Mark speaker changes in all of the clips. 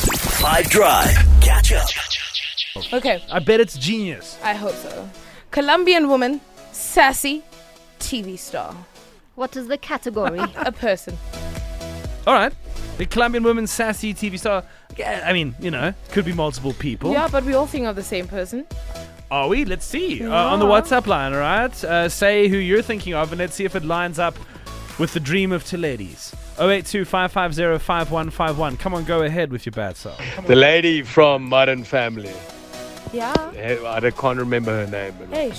Speaker 1: Five Drive. Catch up.
Speaker 2: Okay,
Speaker 3: I bet it's genius.
Speaker 2: I hope so. Colombian woman, sassy, TV star,
Speaker 4: What is the category?
Speaker 2: a person.
Speaker 3: All right. The Colombian woman, sassy TV star. Yeah, I mean, you know, could be multiple people.
Speaker 2: Yeah, but we all think of the same person. Ah,
Speaker 3: Are we? Let's see. Uh, on the
Speaker 2: Yeah.
Speaker 3: WhatsApp line, all right? Uh, say who you're thinking of and let's see if it lines up with the dream of Oh two ladies. 082 550 5151. Come on, go ahead with your bad self.
Speaker 5: The lady from Modern Family.
Speaker 2: Yeah.
Speaker 5: Eh, I don't- can't remember her name. but-
Speaker 2: Hey,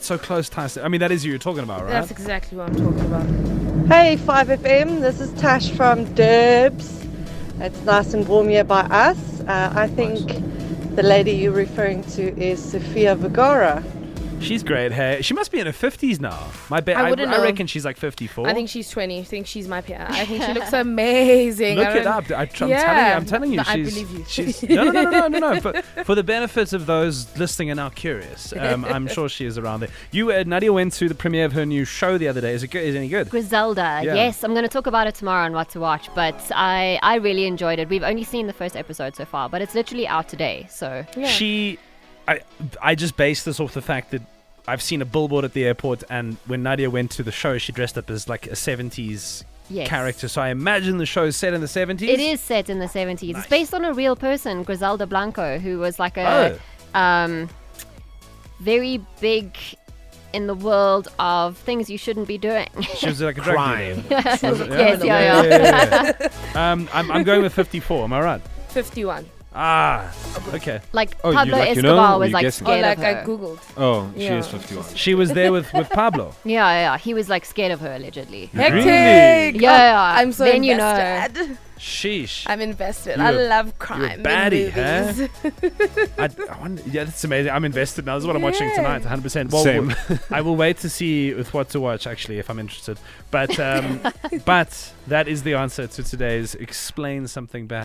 Speaker 3: So close, Tyson. I mean, that is who you're talking about, right?
Speaker 2: that's exactly what I'm talking about.
Speaker 6: Hey 5FM, this is Tash from Derbs. It's nice and warm here by us. Uh, I think the lady you're referring to is Sofia Vergara.
Speaker 3: She's great. Hey, she must be in her 50s now. My bet.
Speaker 2: I
Speaker 3: I,
Speaker 2: wouldn't
Speaker 3: I
Speaker 2: know.
Speaker 3: reckon she's like 54.
Speaker 2: I think she's 20. I think she's my peer. I think she looks amazing. I
Speaker 3: Look it up.
Speaker 2: don't-
Speaker 3: I, am telling you.
Speaker 2: Yeah.
Speaker 3: I'm telling you.
Speaker 2: No, I
Speaker 3: she's,
Speaker 2: believe you.
Speaker 3: She's, no, no, no, no, no, no. no. For, for the benefit of those listening and now curious, um, I'm sure she is around there. You, uh, Nadia, went to the premiere of her new show the other day. Is it good? Is it any good?
Speaker 4: Griselda.
Speaker 3: Yeah.
Speaker 4: Yes, I'm going to talk about it tomorrow on What to Watch, but I, I really enjoyed it. We've only seen the first episode so far, but it's literally out today. So
Speaker 2: Yeah.
Speaker 3: She, I, I just based this off the fact that I've seen a billboard at the airport, and when Nadia went to the show, she dressed up as like a 70s
Speaker 4: Yes.
Speaker 3: character. So I imagine the show is set in the 70s.
Speaker 4: It is set in the 70s. It's based on a real person, Griselda Blanco, who was like
Speaker 3: Oh.
Speaker 4: a um, very big in the world of things you shouldn't be doing.
Speaker 3: She was like a drug
Speaker 1: Crime.
Speaker 3: dealer. Was it?
Speaker 4: Yes, yeah,
Speaker 3: yeah, yeah. um, I'm, I'm going with 54. Am I right?
Speaker 2: 51.
Speaker 3: Ah, okay.
Speaker 4: like
Speaker 7: Oh, you
Speaker 4: Pablo
Speaker 7: like- you know,
Speaker 4: Escobar
Speaker 7: or
Speaker 4: was
Speaker 7: you
Speaker 4: like
Speaker 7: guessing?
Speaker 2: Or
Speaker 4: scared
Speaker 2: Oh, like
Speaker 4: of her.
Speaker 2: I googled.
Speaker 7: Oh, she
Speaker 2: Yeah.
Speaker 7: is 51.
Speaker 3: She was there with, with Pablo.
Speaker 4: yeah, yeah, yeah, he was like scared of her allegedly.
Speaker 2: Hectic. Oh,
Speaker 4: Yeah, yeah,
Speaker 2: I'm so
Speaker 4: then you know.
Speaker 2: invested.
Speaker 3: Sheesh.
Speaker 2: I'm invested.
Speaker 3: You're
Speaker 2: I
Speaker 3: a-
Speaker 2: love
Speaker 3: You're a
Speaker 2: crime.
Speaker 3: baddie,
Speaker 2: in
Speaker 3: huh?
Speaker 2: movies.
Speaker 3: I, I wonder, yeah, that's amazing. I'm invested now. This is what I'm watching
Speaker 2: Yeah.
Speaker 3: tonight, 100%.
Speaker 7: Same.
Speaker 3: w- I will wait to see with what to watch, actually, if I'm interested. But um, but that is the answer to today's Explain Something Bad.